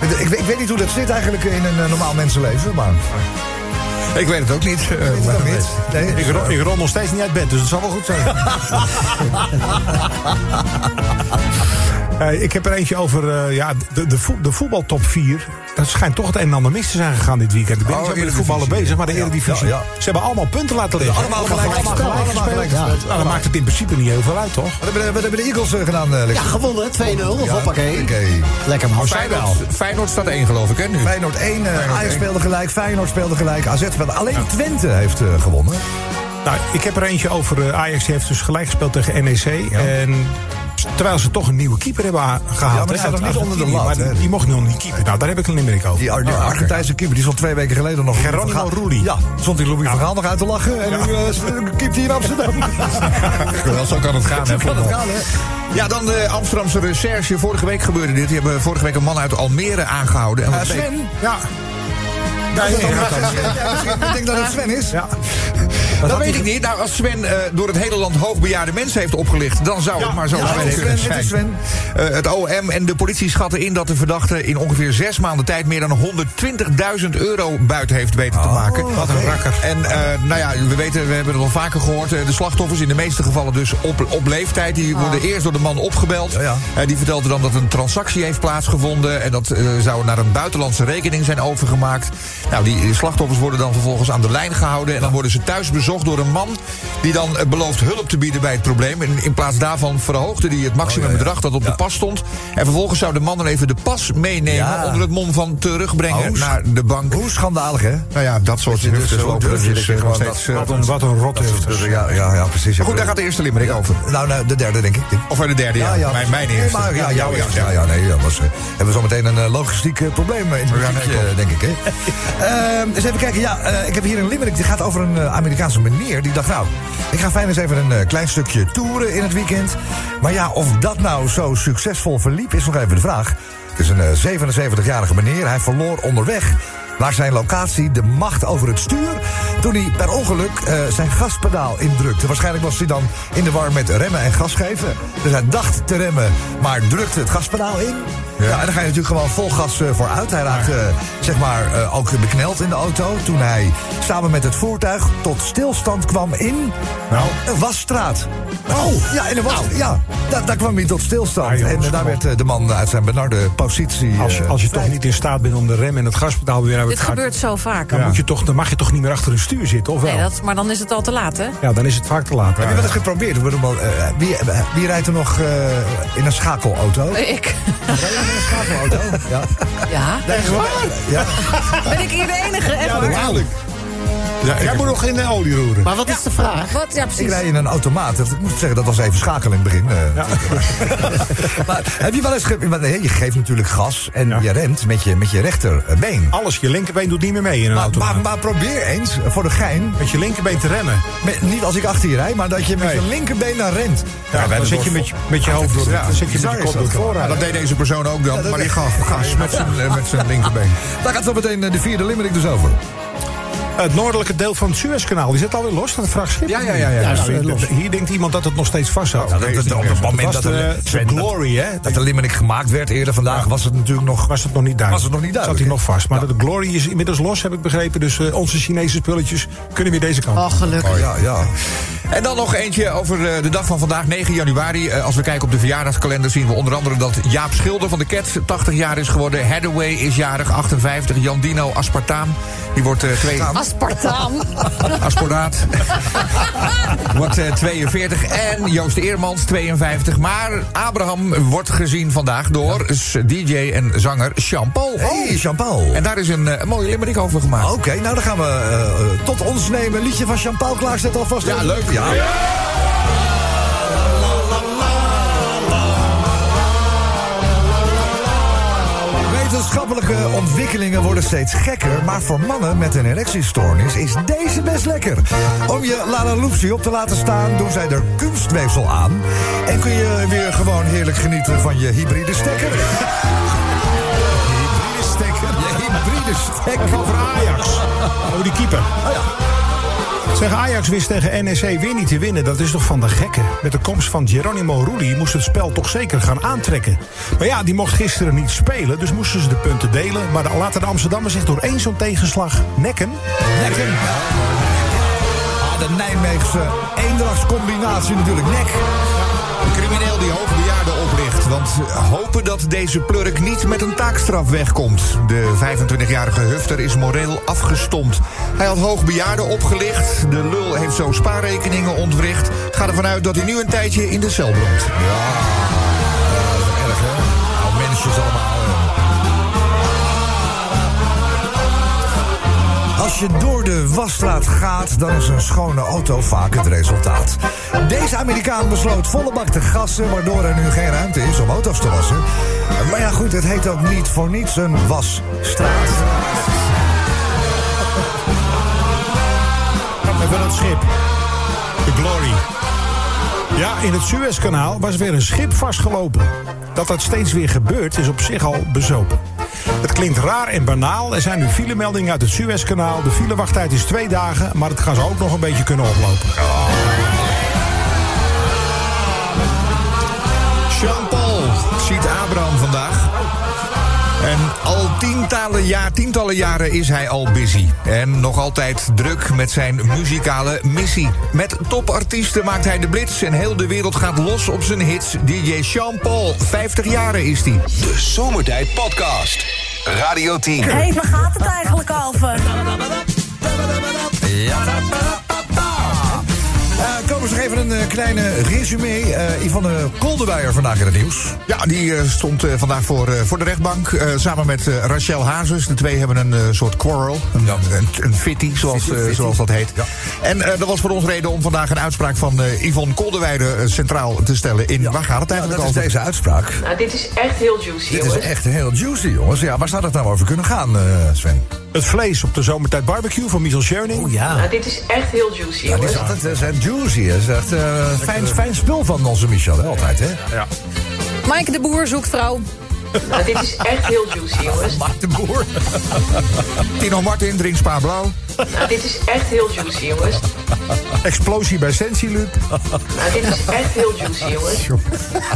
[SPEAKER 2] ik, ik, weet- ik weet niet hoe dat zit eigenlijk in een eh, normaal mensenleven, maar.
[SPEAKER 8] Ik weet het ook niet. eh,
[SPEAKER 2] Ik weet het
[SPEAKER 8] maar-
[SPEAKER 2] ook niet. Nee,
[SPEAKER 5] Ik, ro- ik rol nog steeds niet uit bed, dus het zal wel goed zijn. Eh, ik heb er eentje over eh, ja, de, de, voet- de voetbaltop 4. Dat schijnt toch het een en ander mis te zijn gegaan dit weekend. Ik ben
[SPEAKER 2] Oh,
[SPEAKER 5] niet zo met de
[SPEAKER 2] Eredivisie.
[SPEAKER 5] voetballen bezig, maar de
[SPEAKER 2] Ja,
[SPEAKER 5] Eredivisie.
[SPEAKER 2] ja, ja.
[SPEAKER 5] Ze hebben allemaal punten laten liggen.
[SPEAKER 2] Allemaal gelijk gespeeld, allemaal gelijk gespeeld.
[SPEAKER 5] Nou, dan maakt het in principe niet heel veel uit, toch?
[SPEAKER 2] Wat hebben de, wat hebben de Eagles eh, gedaan, eh, Lex?
[SPEAKER 7] Ja, gewonnen. 2-0.
[SPEAKER 2] Ja,
[SPEAKER 7] Hoppakee.
[SPEAKER 2] oké.
[SPEAKER 7] Lekker man.
[SPEAKER 8] Feyenoord, Feyenoord staat één, geloof ik, hè, nu.
[SPEAKER 2] Feyenoord 1, eh, Ajax
[SPEAKER 8] 1.
[SPEAKER 2] speelde gelijk, Feyenoord speelde gelijk, AZ speelde. Alleen Twente heeft eh, gewonnen.
[SPEAKER 5] Nou, ik heb er eentje over. eh, Ajax die heeft dus gelijk gespeeld tegen NEC. En s- terwijl ze toch een nieuwe keeper hebben a- gehaald.
[SPEAKER 2] Ja, maar die
[SPEAKER 5] hè,
[SPEAKER 2] staat
[SPEAKER 5] uit
[SPEAKER 2] nog niet onder de
[SPEAKER 5] Argentinië,
[SPEAKER 2] lat,
[SPEAKER 5] maar
[SPEAKER 2] hè.
[SPEAKER 5] die- Die mocht nog niet keeper. Nou, daar heb ik een limerick over.
[SPEAKER 2] Die Ar- die
[SPEAKER 8] Ah,
[SPEAKER 2] Argentijnse keeper die stond twee weken geleden nog...
[SPEAKER 5] Geronimo
[SPEAKER 2] Van Gaal-
[SPEAKER 5] Rudi.
[SPEAKER 2] Ja, stond die Louis van Gaal nog uit te lachen. En nu eh keept hij in Amsterdam.
[SPEAKER 8] Wel, zo kan het gaan. hè,
[SPEAKER 2] kan het
[SPEAKER 8] voetbal.
[SPEAKER 2] gaan, hè?
[SPEAKER 8] Ja, dan de Amsterdamse recherche. Vorige week gebeurde dit. Die hebben vorige week een man uit Almere aangehouden. En wat bleek-
[SPEAKER 2] Sven?
[SPEAKER 5] Ja.
[SPEAKER 2] Ja,
[SPEAKER 5] ja, ja,
[SPEAKER 2] Ik denk dat het Sven is.
[SPEAKER 5] Ja.
[SPEAKER 8] dat weet ik niet. Nou, als Sven eh, door het hele land hoogbejaarde mensen heeft opgelicht... dan zou het maar zo
[SPEAKER 2] ja,
[SPEAKER 8] Sven
[SPEAKER 2] het is
[SPEAKER 8] kunnen
[SPEAKER 2] Sven, het
[SPEAKER 8] zijn.
[SPEAKER 2] is
[SPEAKER 8] Eh, het OM en de politie schatten in dat de verdachte... in ongeveer zes maanden tijd meer dan 120.000 euro buiten heeft weten
[SPEAKER 2] Oh,
[SPEAKER 8] te maken.
[SPEAKER 5] Wat een rakker.
[SPEAKER 8] En eh, nou ja, we weten, we hebben het al vaker gehoord. eh, de slachtoffers, in de meeste gevallen dus op, op leeftijd, die worden eerst door de man opgebeld.
[SPEAKER 2] Ah. Ja, ja.
[SPEAKER 8] Eh, die vertelde dan dat een transactie heeft plaatsgevonden. En dat eh, zou naar een buitenlandse rekening zijn overgemaakt. Nou, die eh, slachtoffers worden dan vervolgens aan de lijn gehouden. En dan worden ze thuis bezocht door een man. Die dan eh, belooft hulp te bieden bij het probleem. En in plaats daarvan verhoogde hij het maximumbedrag dat op de pas stond. En vervolgens zou de man dan even de pas meenemen.
[SPEAKER 2] Ja.
[SPEAKER 8] onder het mom van terugbrengen
[SPEAKER 2] Oh,
[SPEAKER 8] naar de bank.
[SPEAKER 2] Hoe schandalig, hè?
[SPEAKER 8] Nou ja, dat soort
[SPEAKER 2] je dus
[SPEAKER 8] geruchten
[SPEAKER 2] zo
[SPEAKER 8] lopen
[SPEAKER 2] durft,
[SPEAKER 8] er
[SPEAKER 2] je
[SPEAKER 8] dus
[SPEAKER 2] denkt
[SPEAKER 8] eh, nog
[SPEAKER 2] gewoon
[SPEAKER 8] steeds...
[SPEAKER 2] dat-
[SPEAKER 8] eh,
[SPEAKER 5] Wat een, wat een rot heeft
[SPEAKER 2] Dus, eh, ja, ja, ja, precies.
[SPEAKER 8] Goed, daar gaat de eerste limerick over.
[SPEAKER 2] Nou, nou, de derde denk ik.
[SPEAKER 8] Of bij de derde, ja. Mijn, mijn
[SPEAKER 2] Nee,
[SPEAKER 8] eerste.
[SPEAKER 2] maar, ja, jouw
[SPEAKER 8] ja,
[SPEAKER 2] eerste. Ja, ja, nee, ja, was, eh, hebben we zometeen een eh, logistiek eh, probleem in het
[SPEAKER 8] Ja, nee,
[SPEAKER 2] muziekje,
[SPEAKER 8] klopt.
[SPEAKER 2] denk ik. Hè? Ehm, eens even kijken. Ja, eh, ik heb hier een limerick. Die gaat over een eh, Amerikaanse meneer. Die dacht, nou, ik ga fijn eens even een eh, klein stukje toeren in het weekend. Maar ja, of dat nou zo succesvol verliep, is nog even de vraag. Het is een eh, 77-jarige meneer. Hij verloor onderweg naar zijn locatie de macht over het stuur... toen hij per ongeluk eh, zijn gaspedaal indrukte. Waarschijnlijk was hij dan in de war met remmen en gas geven. Dus hij dacht te remmen, maar drukte het gaspedaal in. Ja, en dan ga je natuurlijk gewoon vol gas eh, vooruit. Hij raakte eh, zeg maar eh, ook bekneld in de auto... toen hij samen met het voertuig tot stilstand kwam in...
[SPEAKER 5] Nou.
[SPEAKER 2] een wasstraat. Oh, ja, in een was, ja daar, daar kwam hij tot stilstand.
[SPEAKER 5] Ah, jongens,
[SPEAKER 2] en eh, daar
[SPEAKER 5] kom
[SPEAKER 2] werd eh, de man uit zijn benarde positie...
[SPEAKER 5] Als je,
[SPEAKER 2] eh,
[SPEAKER 5] als je toch niet in staat bent om de rem en het gaspedaal weer uit
[SPEAKER 4] Dit
[SPEAKER 5] elkaar te-
[SPEAKER 4] gebeurt zo vaak.
[SPEAKER 5] Dan, moet je toch, dan mag je toch niet meer achter een stuur zitten, of wel?
[SPEAKER 4] Nee, dat, maar dan is het al te laat, hè?
[SPEAKER 5] Ja, dan is het vaak te laat.
[SPEAKER 2] Heb je wel eens geprobeerd? Ik bedoel, eh, wie, eh, wie rijdt er nog eh, in een schakelauto?
[SPEAKER 4] Ik.
[SPEAKER 2] Rij jij in een schakelauto? Ja.
[SPEAKER 4] Ja.
[SPEAKER 2] Nee, gewoon- Ja.
[SPEAKER 4] Ben ik hier de enige? Echt waar?
[SPEAKER 5] Ja, jij moet nog in de olie roeren.
[SPEAKER 7] Maar wat is de vraag?
[SPEAKER 4] Wat? Ja,
[SPEAKER 2] Ik
[SPEAKER 4] precies.
[SPEAKER 2] rij in een automaat. Dat- Ik moet zeggen, dat was even schakelen in het begin. eh. maar heb je wel eens... Ge want, eh, je geeft natuurlijk gas en
[SPEAKER 5] Ja. Oh,
[SPEAKER 2] je rent met je, met je rechterbeen.
[SPEAKER 5] Alles, je linkerbeen doet niet meer mee in een
[SPEAKER 2] Maar,
[SPEAKER 5] auto.
[SPEAKER 2] maar, maar probeer eens, eh, voor de gein...
[SPEAKER 5] Met je linkerbeen te remmen.
[SPEAKER 2] met- niet als ik achter je rijd, maar dat je met
[SPEAKER 5] Nee.
[SPEAKER 2] je linkerbeen naar rent.
[SPEAKER 5] Ja, dan zit je met je, met je hoofd door
[SPEAKER 2] Ja,
[SPEAKER 5] dan zit je met
[SPEAKER 2] bizar
[SPEAKER 5] je
[SPEAKER 2] is
[SPEAKER 5] kop door
[SPEAKER 2] dat
[SPEAKER 5] het
[SPEAKER 2] gewoon.
[SPEAKER 5] voorraad.
[SPEAKER 8] dat deed deze persoon ook dan,
[SPEAKER 2] dat
[SPEAKER 8] maar die
[SPEAKER 2] deed-
[SPEAKER 8] gaf gas met zijn, eh, met zijn linkerbeen.
[SPEAKER 2] Daar gaat zo meteen eh, de vierde limerick dus over.
[SPEAKER 5] Het noordelijke deel van het Suezkanaal, die zit alweer los, dat vrachtschip.
[SPEAKER 8] Ja, ja, ja, ja.
[SPEAKER 5] Dus,
[SPEAKER 8] Ja,
[SPEAKER 5] eh,
[SPEAKER 8] ja, los.
[SPEAKER 5] hier denkt iemand dat het nog steeds vasthoudt.
[SPEAKER 8] Nou, dat- dat- op het moment
[SPEAKER 5] was
[SPEAKER 8] dat
[SPEAKER 5] de-
[SPEAKER 8] er-
[SPEAKER 5] de
[SPEAKER 8] Sven, dat-
[SPEAKER 5] eh, glory, hè?
[SPEAKER 8] Dat de Limerick gemaakt werd eerder vandaag, was het natuurlijk nog.
[SPEAKER 5] was het nog niet duidelijk.
[SPEAKER 8] Was het nog niet duidelijk,
[SPEAKER 5] Zat hij
[SPEAKER 8] hè?
[SPEAKER 5] nog vast. Maar de Glory is inmiddels los, heb ik begrepen. Dus eh, onze Chinese spulletjes kunnen weer deze kant.
[SPEAKER 4] Oh, gelukkig.
[SPEAKER 8] Oh, ja, ja. En dan nog eentje over eh, de dag van vandaag, 9 januari. Eh, Als we kijken op de verjaardagskalender zien we onder andere dat Jaap Schilder van de Cat 80 jaar is geworden. Hathaway is jarig, 58. Jan Dino Aspartaam, die wordt eh twee...
[SPEAKER 4] Aspartaam.
[SPEAKER 8] Asporaat. wordt eh, 42. En Joost Eermans, 52. Maar Abraham wordt gezien vandaag door s- DJ en zanger Jean Paul. Oh.
[SPEAKER 2] Hey, Champagne.
[SPEAKER 8] En daar is een eh, mooie limerick over
[SPEAKER 2] Oké,
[SPEAKER 8] gemaakt.
[SPEAKER 2] nou dan gaan we eh, eh, tot ons nemen. Een liedje van Champagne klaarzetten alvast.
[SPEAKER 8] Ja, leuk.
[SPEAKER 2] Ja. Wetenschappelijke ontwikkelingen worden steeds gekker, maar voor mannen met een erectiestoornis is deze best lekker. Om je lalaoopsie op te laten staan, doen zij er kunstweefsel aan en kun je weer gewoon heerlijk genieten van je hybride stekker. hybride stekker. Je hybride stekker.
[SPEAKER 5] Over Ajax. Oh, die keeper. Zeg, Ajax wist tegen NEC weer niet te winnen. Dat is toch van de gekken? Met de komst van Geronimo Rulli moest het spel toch zeker gaan aantrekken. Maar ja, die mocht gisteren niet spelen, dus moesten ze de punten delen. Maar de- laten de Amsterdammers zich door één zo'n tegenslag nekken.
[SPEAKER 2] Nekken. Ah, de Nijmeegse eendrachtscombinatie natuurlijk. Nek.
[SPEAKER 8] Een crimineel die hoogbejaarden oplicht. Want eh, hopen dat deze plurk niet met een taakstraf wegkomt. De 25-jarige Hufter is moreel afgestompt. Hij had hoogbejaarden opgelicht. De lul heeft zo spaarrekeningen ontwricht. Ga ervan uit dat hij nu een tijdje in de cel brandt.
[SPEAKER 2] Erg, hè? Nou, mensjes allemaal. hè. Als je door de wasstraat gaat, dan is een schone auto vaak het resultaat. Deze Amerikaan besloot volle bak te gassen, waardoor er nu geen ruimte is om auto's te wassen. Maar ja, goed, het heet ook niet voor niets een wasstraat.
[SPEAKER 5] Even dat schip. De Glory. Ja, in het Suezkanaal was weer een schip vastgelopen. Dat dat steeds weer gebeurt is op zich al bezopen. Het klinkt raar en banaal. Er zijn nu filemeldingen uit het Suezkanaal. De filewachttijd is twee dagen, maar het gaan ze ook nog een beetje kunnen oplopen.
[SPEAKER 8] Jean-Paul ziet Abraham vandaag. En al tientallen, jaar, tientallen jaren is hij al busy. En nog altijd druk met zijn muzikale missie. Met topartiesten maakt hij de blitz en heel de wereld gaat los op zijn hits. DJ Jean-Paul, 50 jaren is hij.
[SPEAKER 1] De Zomertijd Podcast. Radio 10.
[SPEAKER 10] Hé, waar gaat het eigenlijk over?
[SPEAKER 2] Eh komen ze nog even een eh, kleine resume. Eh, Yvonne Koldewijer vandaag in het nieuws.
[SPEAKER 8] Ja, die eh, stond eh, vandaag voor, eh, voor de rechtbank. eh, samen met eh, Rachel Hazes. De twee hebben een eh, soort quarrel. Een, een, een fitty, zoals, eh, zoals dat heet. En eh dat was voor ons reden om vandaag een uitspraak van eh, Yvonne Kolderweide eh, centraal te stellen. In waar gaat het
[SPEAKER 2] Nou,
[SPEAKER 8] eigenlijk
[SPEAKER 2] dat is
[SPEAKER 8] over?
[SPEAKER 2] deze uitspraak.
[SPEAKER 9] Nou, dit is echt heel juicy,
[SPEAKER 2] Dit is
[SPEAKER 9] jongens.
[SPEAKER 2] echt heel juicy, jongens. Ja, waar zou dat nou over kunnen gaan, eh, Sven?
[SPEAKER 5] Het vlees op de zomertijd barbecue van Michel Schöning.
[SPEAKER 2] Oh ja.
[SPEAKER 9] Nou, dit is echt heel juicy,
[SPEAKER 2] Ja, die is
[SPEAKER 9] jongens.
[SPEAKER 2] altijd eh, zijn juicy. hè. is echt eh, fijn, fijn spul van onze Michel, hè, altijd, hè?
[SPEAKER 4] Mike de Boer zoekt vrouw.
[SPEAKER 9] Nou, dit is echt heel juicy, jongens.
[SPEAKER 8] Mark de Boer. Tino Martin, drink Spa Blauw.
[SPEAKER 9] Nou, dit is echt heel juicy, jongens.
[SPEAKER 5] Explosie bij Sensilup.
[SPEAKER 9] Nou, dit is echt heel juicy, jongens.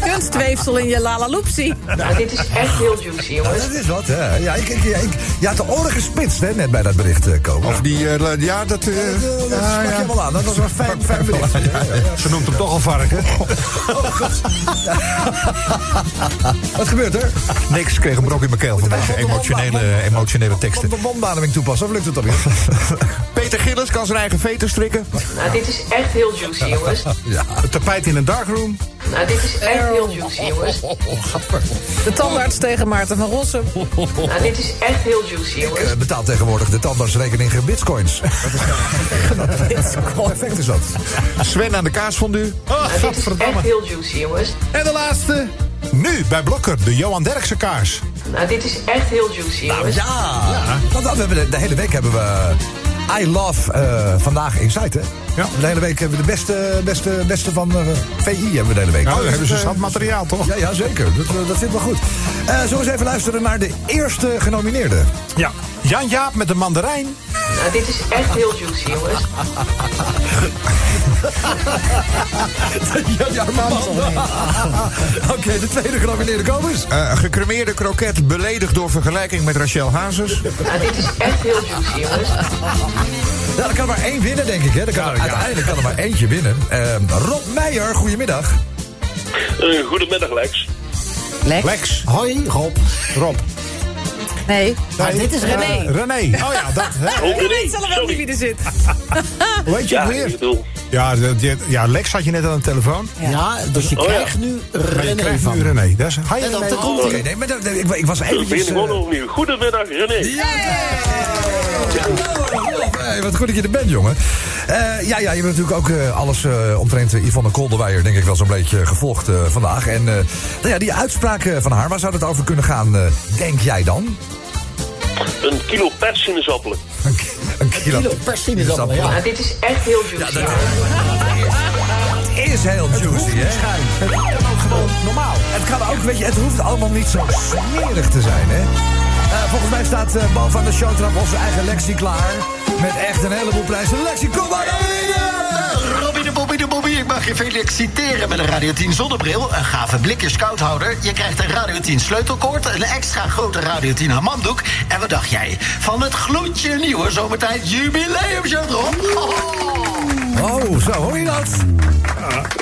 [SPEAKER 4] Kunstweefsel in je lalaloopsie.
[SPEAKER 9] Nou, dit is echt heel juicy,
[SPEAKER 2] Ja,
[SPEAKER 9] jongens.
[SPEAKER 2] dat is wat, hè? Ja, ik, ik, ja, ik, je had de oren gespitst, hè, net bij dat bericht eh, komen.
[SPEAKER 8] Of die, eh, la- ja, dat... eh,
[SPEAKER 2] Eh, dat
[SPEAKER 8] ja,
[SPEAKER 2] sprak
[SPEAKER 8] ja.
[SPEAKER 2] je wel aan. Dat was een fijn, fijn bericht.
[SPEAKER 5] Ze noemt hem toch al varken.
[SPEAKER 8] Oh,
[SPEAKER 2] Wat gebeurt er?
[SPEAKER 8] Niks, ik kreeg een brok in mijn keel van deze emotionele, emotionele teksten.
[SPEAKER 2] Komt de bombademing toepassen, of lukt het alweer?
[SPEAKER 8] Peter Gillis kan zijn eigen veter strikken.
[SPEAKER 9] Nou, dit is echt heel juicy, jongens.
[SPEAKER 5] Het tapijt in een darkroom.
[SPEAKER 9] Nou, dit is echt heel juicy, jongens.
[SPEAKER 4] De tandarts tegen Maarten van Rossum.
[SPEAKER 9] Nou, dit is echt heel juicy, jongens.
[SPEAKER 2] Eh, betaalt tegenwoordig de tandartsrekening
[SPEAKER 8] eh,
[SPEAKER 2] in bitcoins. Bitcoin. Perfect is dat.
[SPEAKER 8] Sven aan de kaasfondue.
[SPEAKER 9] Nou, dit is echt heel juicy, jongens.
[SPEAKER 5] En de laatste. Nu bij Blokker, de Johan Derksen kaars.
[SPEAKER 9] Nou, dit is echt heel juicy, jongens.
[SPEAKER 2] Nou, Ah, Ja, want dat, we hebben de, de hele week hebben we I Love eh, vandaag in site, hè?
[SPEAKER 5] Ja.
[SPEAKER 2] De hele week hebben we de beste, beste, beste van eh, VI hebben we de hele week.
[SPEAKER 5] Nou,
[SPEAKER 2] Dus
[SPEAKER 5] dan hebben ze
[SPEAKER 2] het, eh,
[SPEAKER 5] standmateriaal, toch?
[SPEAKER 2] Ja, ja, zeker. Dat, eh, dat zit wel goed. Eh zullen we eens even luisteren naar de eerste genomineerde?
[SPEAKER 5] Ja. Jan Jaap met de mandarijn.
[SPEAKER 9] Nou, dit is echt heel juicy, jongens.
[SPEAKER 2] Ja, ja, maar Oké, de tweede genomineerde komers.
[SPEAKER 8] Eh, gecremeerde kroket beledigd door vergelijking met Rachel Hazes.
[SPEAKER 9] Nou, dit is echt heel juicy, jongens.
[SPEAKER 2] Nou, er kan er maar één winnen, denk ik. Hè? Er kan er- uiteindelijk kan er maar eentje winnen. Ehm, Rob Meijer, goedemiddag.
[SPEAKER 12] Eh, goedemiddag, Lex.
[SPEAKER 4] Lex.
[SPEAKER 2] Hoi, Rob. Rob.
[SPEAKER 4] Nee. Maar Ah, dit is
[SPEAKER 5] eh,
[SPEAKER 4] René.
[SPEAKER 5] René. Oh ja, dat. Hè.
[SPEAKER 4] Je weet zelf ook niet wie er zit.
[SPEAKER 5] Hoe heet je
[SPEAKER 4] Ja,
[SPEAKER 5] ook
[SPEAKER 4] ik
[SPEAKER 5] weer? Ja, dat- je- ja, Lex had je net aan de telefoon.
[SPEAKER 7] Ja, dus je
[SPEAKER 5] Oh, ja.
[SPEAKER 7] krijgt nu
[SPEAKER 5] Maar je
[SPEAKER 7] René
[SPEAKER 5] krijgt
[SPEAKER 7] van.
[SPEAKER 5] nu René. Dat is, hi,
[SPEAKER 7] En dan-
[SPEAKER 5] René.
[SPEAKER 7] dan komt hij.
[SPEAKER 2] Nee, maar dat- ik, ik was
[SPEAKER 12] Dan begin
[SPEAKER 2] eventjes...
[SPEAKER 12] ik gewoon opnieuw. Goedemiddag, René.
[SPEAKER 2] Hey, wat goed dat je er bent, jongen. Eh, ja, ja, je hebt natuurlijk ook eh, alles eh, omtrent eh, Yvonne Kolderweijer, denk ik, wel zo'n beetje gevolgd eh, vandaag. En eh, nou ja, die uitspraak eh, van haar, waar zou het over kunnen gaan, eh, denk jij dan?
[SPEAKER 12] Een kilo persinezappelen.
[SPEAKER 2] Een kilo, Dus
[SPEAKER 12] persinezappelen, ja.
[SPEAKER 9] Nou, dit is echt heel juicy, jongens.
[SPEAKER 2] is heel juicy, hè? Het kan ook gewoon normaal. Het kan ook, weet je, het hoeft allemaal niet zo smerig te zijn, hè? Eh, volgens mij staat eh boven aan de showtrap onze eigen Lexi klaar. Met echt een heleboel prijzen. Lexi, kom maar naar binnen!
[SPEAKER 13] Robbie de Bobby de Bobby, ik mag je feliciteren met een Radio 10 zonnebril, een gave blikjes koudhouder. Je krijgt een Radio 10 sleutelkoord, een extra grote Radio 10 hamamdoek. En wat dacht jij van het gloedje nieuwe zomertijd jubileumshirt, Rob?
[SPEAKER 2] Oh, zo hoor je dat?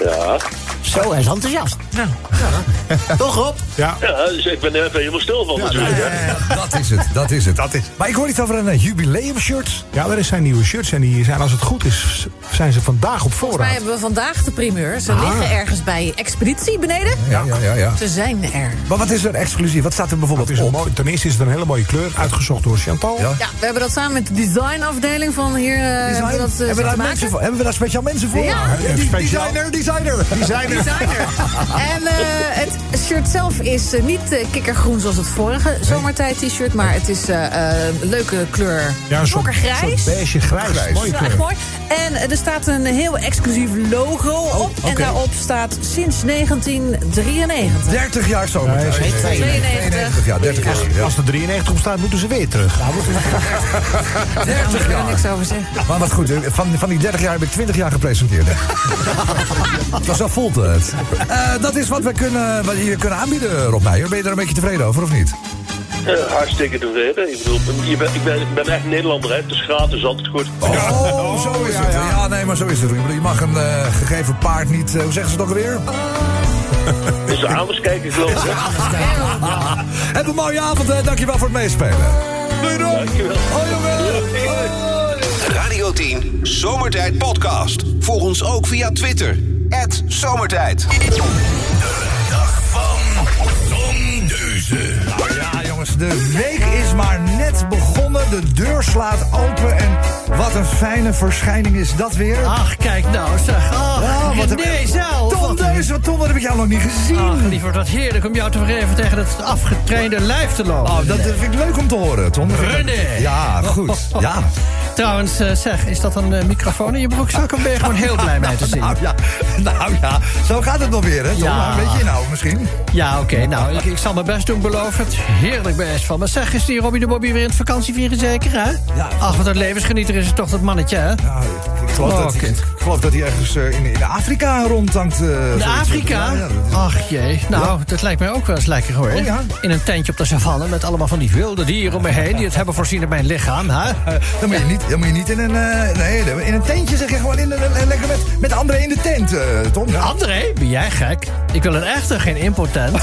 [SPEAKER 12] Ja.
[SPEAKER 7] Zo, hij is enthousiast. Nou, Toch, Rob?
[SPEAKER 5] Ja.
[SPEAKER 12] dus ik ben er even helemaal stil van natuurlijk. hè.
[SPEAKER 2] Dat is het, dat is het. Dat is. Maar ik hoor iets over een eh, jubileumshirt.
[SPEAKER 5] Ja, er zijn nieuwe shirts en die zijn, als het goed is, zijn ze vandaag op
[SPEAKER 4] Volgens mij
[SPEAKER 5] voorraad.
[SPEAKER 4] hebben we vandaag de primeur. Ze
[SPEAKER 5] Ah.
[SPEAKER 4] liggen ergens bij Expeditie beneden.
[SPEAKER 5] Ja, ja, ja, ja.
[SPEAKER 4] Ze zijn er.
[SPEAKER 2] Maar wat is er exclusief? Wat staat er bijvoorbeeld
[SPEAKER 5] op? ten eerste is het een hele mooie kleur, uitgezocht door Chantal.
[SPEAKER 4] Ja, we hebben dat samen met de designafdeling van hier. eh hebben we dat,
[SPEAKER 2] hebben,
[SPEAKER 4] eh,
[SPEAKER 2] we daar
[SPEAKER 4] zitten
[SPEAKER 2] mensen voor? hebben we daar speciaal mensen voor?
[SPEAKER 4] Ja.
[SPEAKER 2] Eh, die-
[SPEAKER 5] Speciaal-
[SPEAKER 2] Designer, designer.
[SPEAKER 5] Designer.
[SPEAKER 4] En eh, het shirt zelf is eh, niet eh, kikkergroen zoals het vorige zomertijd-t-shirt. Maar het is eh, eh, een leuke kleur.
[SPEAKER 5] Ja, een soort-
[SPEAKER 4] Donkergrijs.
[SPEAKER 5] soort beige grijs. Mooie
[SPEAKER 4] Ja,
[SPEAKER 5] kleur.
[SPEAKER 4] echt mooi. En eh, er staat een heel exclusief logo op. En
[SPEAKER 2] Oh, oké.
[SPEAKER 4] daarop staat sinds 1993.
[SPEAKER 2] 30 jaar zomertijd.
[SPEAKER 5] Nee, nee,
[SPEAKER 4] 92.
[SPEAKER 2] 92 jaar, 30 jaar.
[SPEAKER 5] Als- Als er 93 op staat, moeten ze weer terug.
[SPEAKER 2] 30
[SPEAKER 4] Ik kan er
[SPEAKER 2] jaar.
[SPEAKER 4] niks over zeggen.
[SPEAKER 2] Maar wat goed, eh, van, van die 30 jaar heb ik 20 jaar gepresenteerd. Dat zo voelt het. Eh, dat is wat we kunnen, wat je kunnen aanbieden, Rob Meijer. Ben je daar een beetje tevreden over of niet?
[SPEAKER 12] Eh, hartstikke tevreden. Ik bedoel, je ben, ik, ben, ik ben echt Nederlander, hè. Dus gratis, altijd goed.
[SPEAKER 2] Oh, zo is het. Ja, nee, maar zo is het. Ik bedoel, Je mag een eh, gegeven paard niet... eh, hoe zeggen ze het ook alweer?
[SPEAKER 12] Dus de aanwas kijken, geloof ik.
[SPEAKER 2] Heb een mooie avond, hè. Dankjewel voor het meespelen. Doei, Rob. Hoi, jongen.
[SPEAKER 1] Radio 10 Zomertijd Podcast. Volg ons ook via Twitter. Zomertijd.
[SPEAKER 2] Deuze. Nou ja, jongens, de week is maar net begonnen. De deur slaat open en wat een fijne verschijning is dat weer. Ah,
[SPEAKER 7] Ach, kijk nou, zeg. Ach, René zelf.
[SPEAKER 2] Tom Deuze, wat Tom, wat heb ik jou nog niet gezien.
[SPEAKER 7] Ach, lieverd, wat heerlijk om jou te vergeven tegen dat afgetrainde lijf te lopen.
[SPEAKER 2] Oh, dat vind ik leuk om te horen, Tom. Dat vind ik-
[SPEAKER 7] René.
[SPEAKER 2] Ja, goed. Ja.
[SPEAKER 7] Trouwens, eh, zeg, is dat een eh, microfoon in je broekzak? Of ben je gewoon heel blij mee te zien?
[SPEAKER 2] Nou ja, nou ja, zo gaat het nog weer, hè, Tom? Nou,
[SPEAKER 7] Ja.
[SPEAKER 2] Een beetje inhoud misschien.
[SPEAKER 7] Ja, oké. nou, ik, ik zal mijn best doen, beloof het. Heerlijk best van. Maar zeg, is die Robbie de Bobby weer in het vakantievieren zeker, hè? Ja. Ach, wat een levensgenieter is het toch, dat mannetje, hè?
[SPEAKER 2] Ja, ik geloof,
[SPEAKER 7] Oh,
[SPEAKER 2] dat, hij-
[SPEAKER 7] kind.
[SPEAKER 2] ik geloof dat hij ergens eh, in, in Afrika rondhangt. eh,
[SPEAKER 7] In
[SPEAKER 2] zoiets.
[SPEAKER 7] Afrika?
[SPEAKER 2] Ja, ja, dat-
[SPEAKER 7] Ach jee. Nou, dat lijkt mij ook wel eens lekker hoor.
[SPEAKER 2] Oh, ja.
[SPEAKER 7] In een tentje op de savanne met allemaal van die wilde dieren om me heen die het hebben voorzien in mijn lichaam. Hè?
[SPEAKER 2] Dan moet je niet, dan moet je niet in, een, eh, nee, in een tentje, zeg je gewoon in een, een- lekker met, met André in de tent, eh, Tom.
[SPEAKER 7] André, ben jij gek? Ik wil een echte, geen impotent.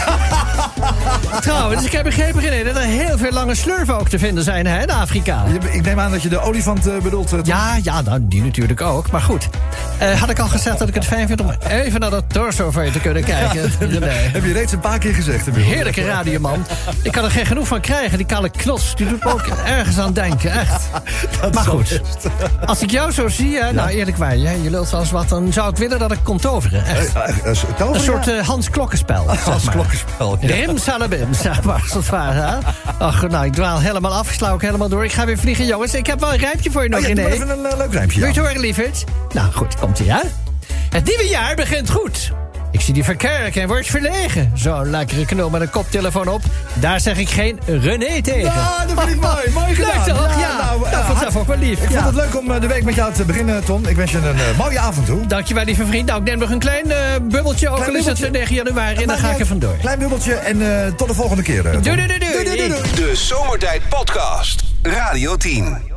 [SPEAKER 7] Trouwens, ik heb begrepen René, dat er heel veel lange slurven ook te vinden zijn hè, in Afrika.
[SPEAKER 2] Je- ik neem aan dat je de olifant eh, bedoelt. eh, Tom.
[SPEAKER 7] Ja, ja, nou, die natuurlijk ook. Maar goed, Eh, had ik al gezegd dat ik het fijn vind om even naar dat torso van je te kunnen kijken? René?
[SPEAKER 2] Heb je reeds een paar keer gezegd. Emiel.
[SPEAKER 7] Heerlijke radioman. Ik kan er geen genoeg van krijgen. Die kale knots, die doet me ook ergens aan denken, echt. maar goed, als ik jou zo zie, hè, nou eerlijk waar, je, je lult wel eens wat... dan zou ik willen dat ik kon toveren, echt.
[SPEAKER 2] Eh, eh, eh, toveren,
[SPEAKER 7] Een soort
[SPEAKER 2] ja.
[SPEAKER 7] eh, Hans Klokkenspel. zeg
[SPEAKER 2] Hans
[SPEAKER 7] maar.
[SPEAKER 2] Klokkenspel, ja. Oh,
[SPEAKER 7] Rim salabim, zeg maar, als het ware. hè. Ach, nou, ik dwaal helemaal af, ik sla ook helemaal door. Ik ga weer vliegen, jongens. Ik heb wel een rijmpje voor je nog,
[SPEAKER 2] Oh, ja, doe
[SPEAKER 7] René.
[SPEAKER 2] maar even een eh, leuk rijmpje.
[SPEAKER 7] Wil je
[SPEAKER 2] ja.
[SPEAKER 7] het horen, lieverd? Nou, goed, komt ie, hè? Het nieuwe jaar begint goed. Ik zie die verkerk en word verlegen. Zo'n lekkere knul met een koptelefoon op. Daar zeg ik geen René tegen.
[SPEAKER 2] Ja, Ah, dat vind ik mooi. Mooi Nou, gedaan.
[SPEAKER 7] Ah, Leuk toch? Ja,
[SPEAKER 2] nou,
[SPEAKER 7] dat
[SPEAKER 2] eh,
[SPEAKER 7] vond ik
[SPEAKER 2] hart-
[SPEAKER 7] zelf ook wel lief.
[SPEAKER 2] Ik
[SPEAKER 7] ja.
[SPEAKER 2] vond het leuk om eh, de week met jou te beginnen, Ton. Ik wens je een eh, mooie avond toe.
[SPEAKER 7] Dankjewel, lieve vriend. Nou, ik neem nog een klein eh, bubbeltje, ook al is het
[SPEAKER 2] bubbeltje.
[SPEAKER 7] eh, 9 januari. En dan
[SPEAKER 2] Maakt
[SPEAKER 7] ga
[SPEAKER 2] niet
[SPEAKER 7] ik er
[SPEAKER 2] uit.
[SPEAKER 7] vandoor.
[SPEAKER 2] Klein bubbeltje en eh, tot de volgende keer. eh, Ton.
[SPEAKER 7] Doei, doei, doei, doei.
[SPEAKER 1] De Zomertijd Podcast. Radio 10.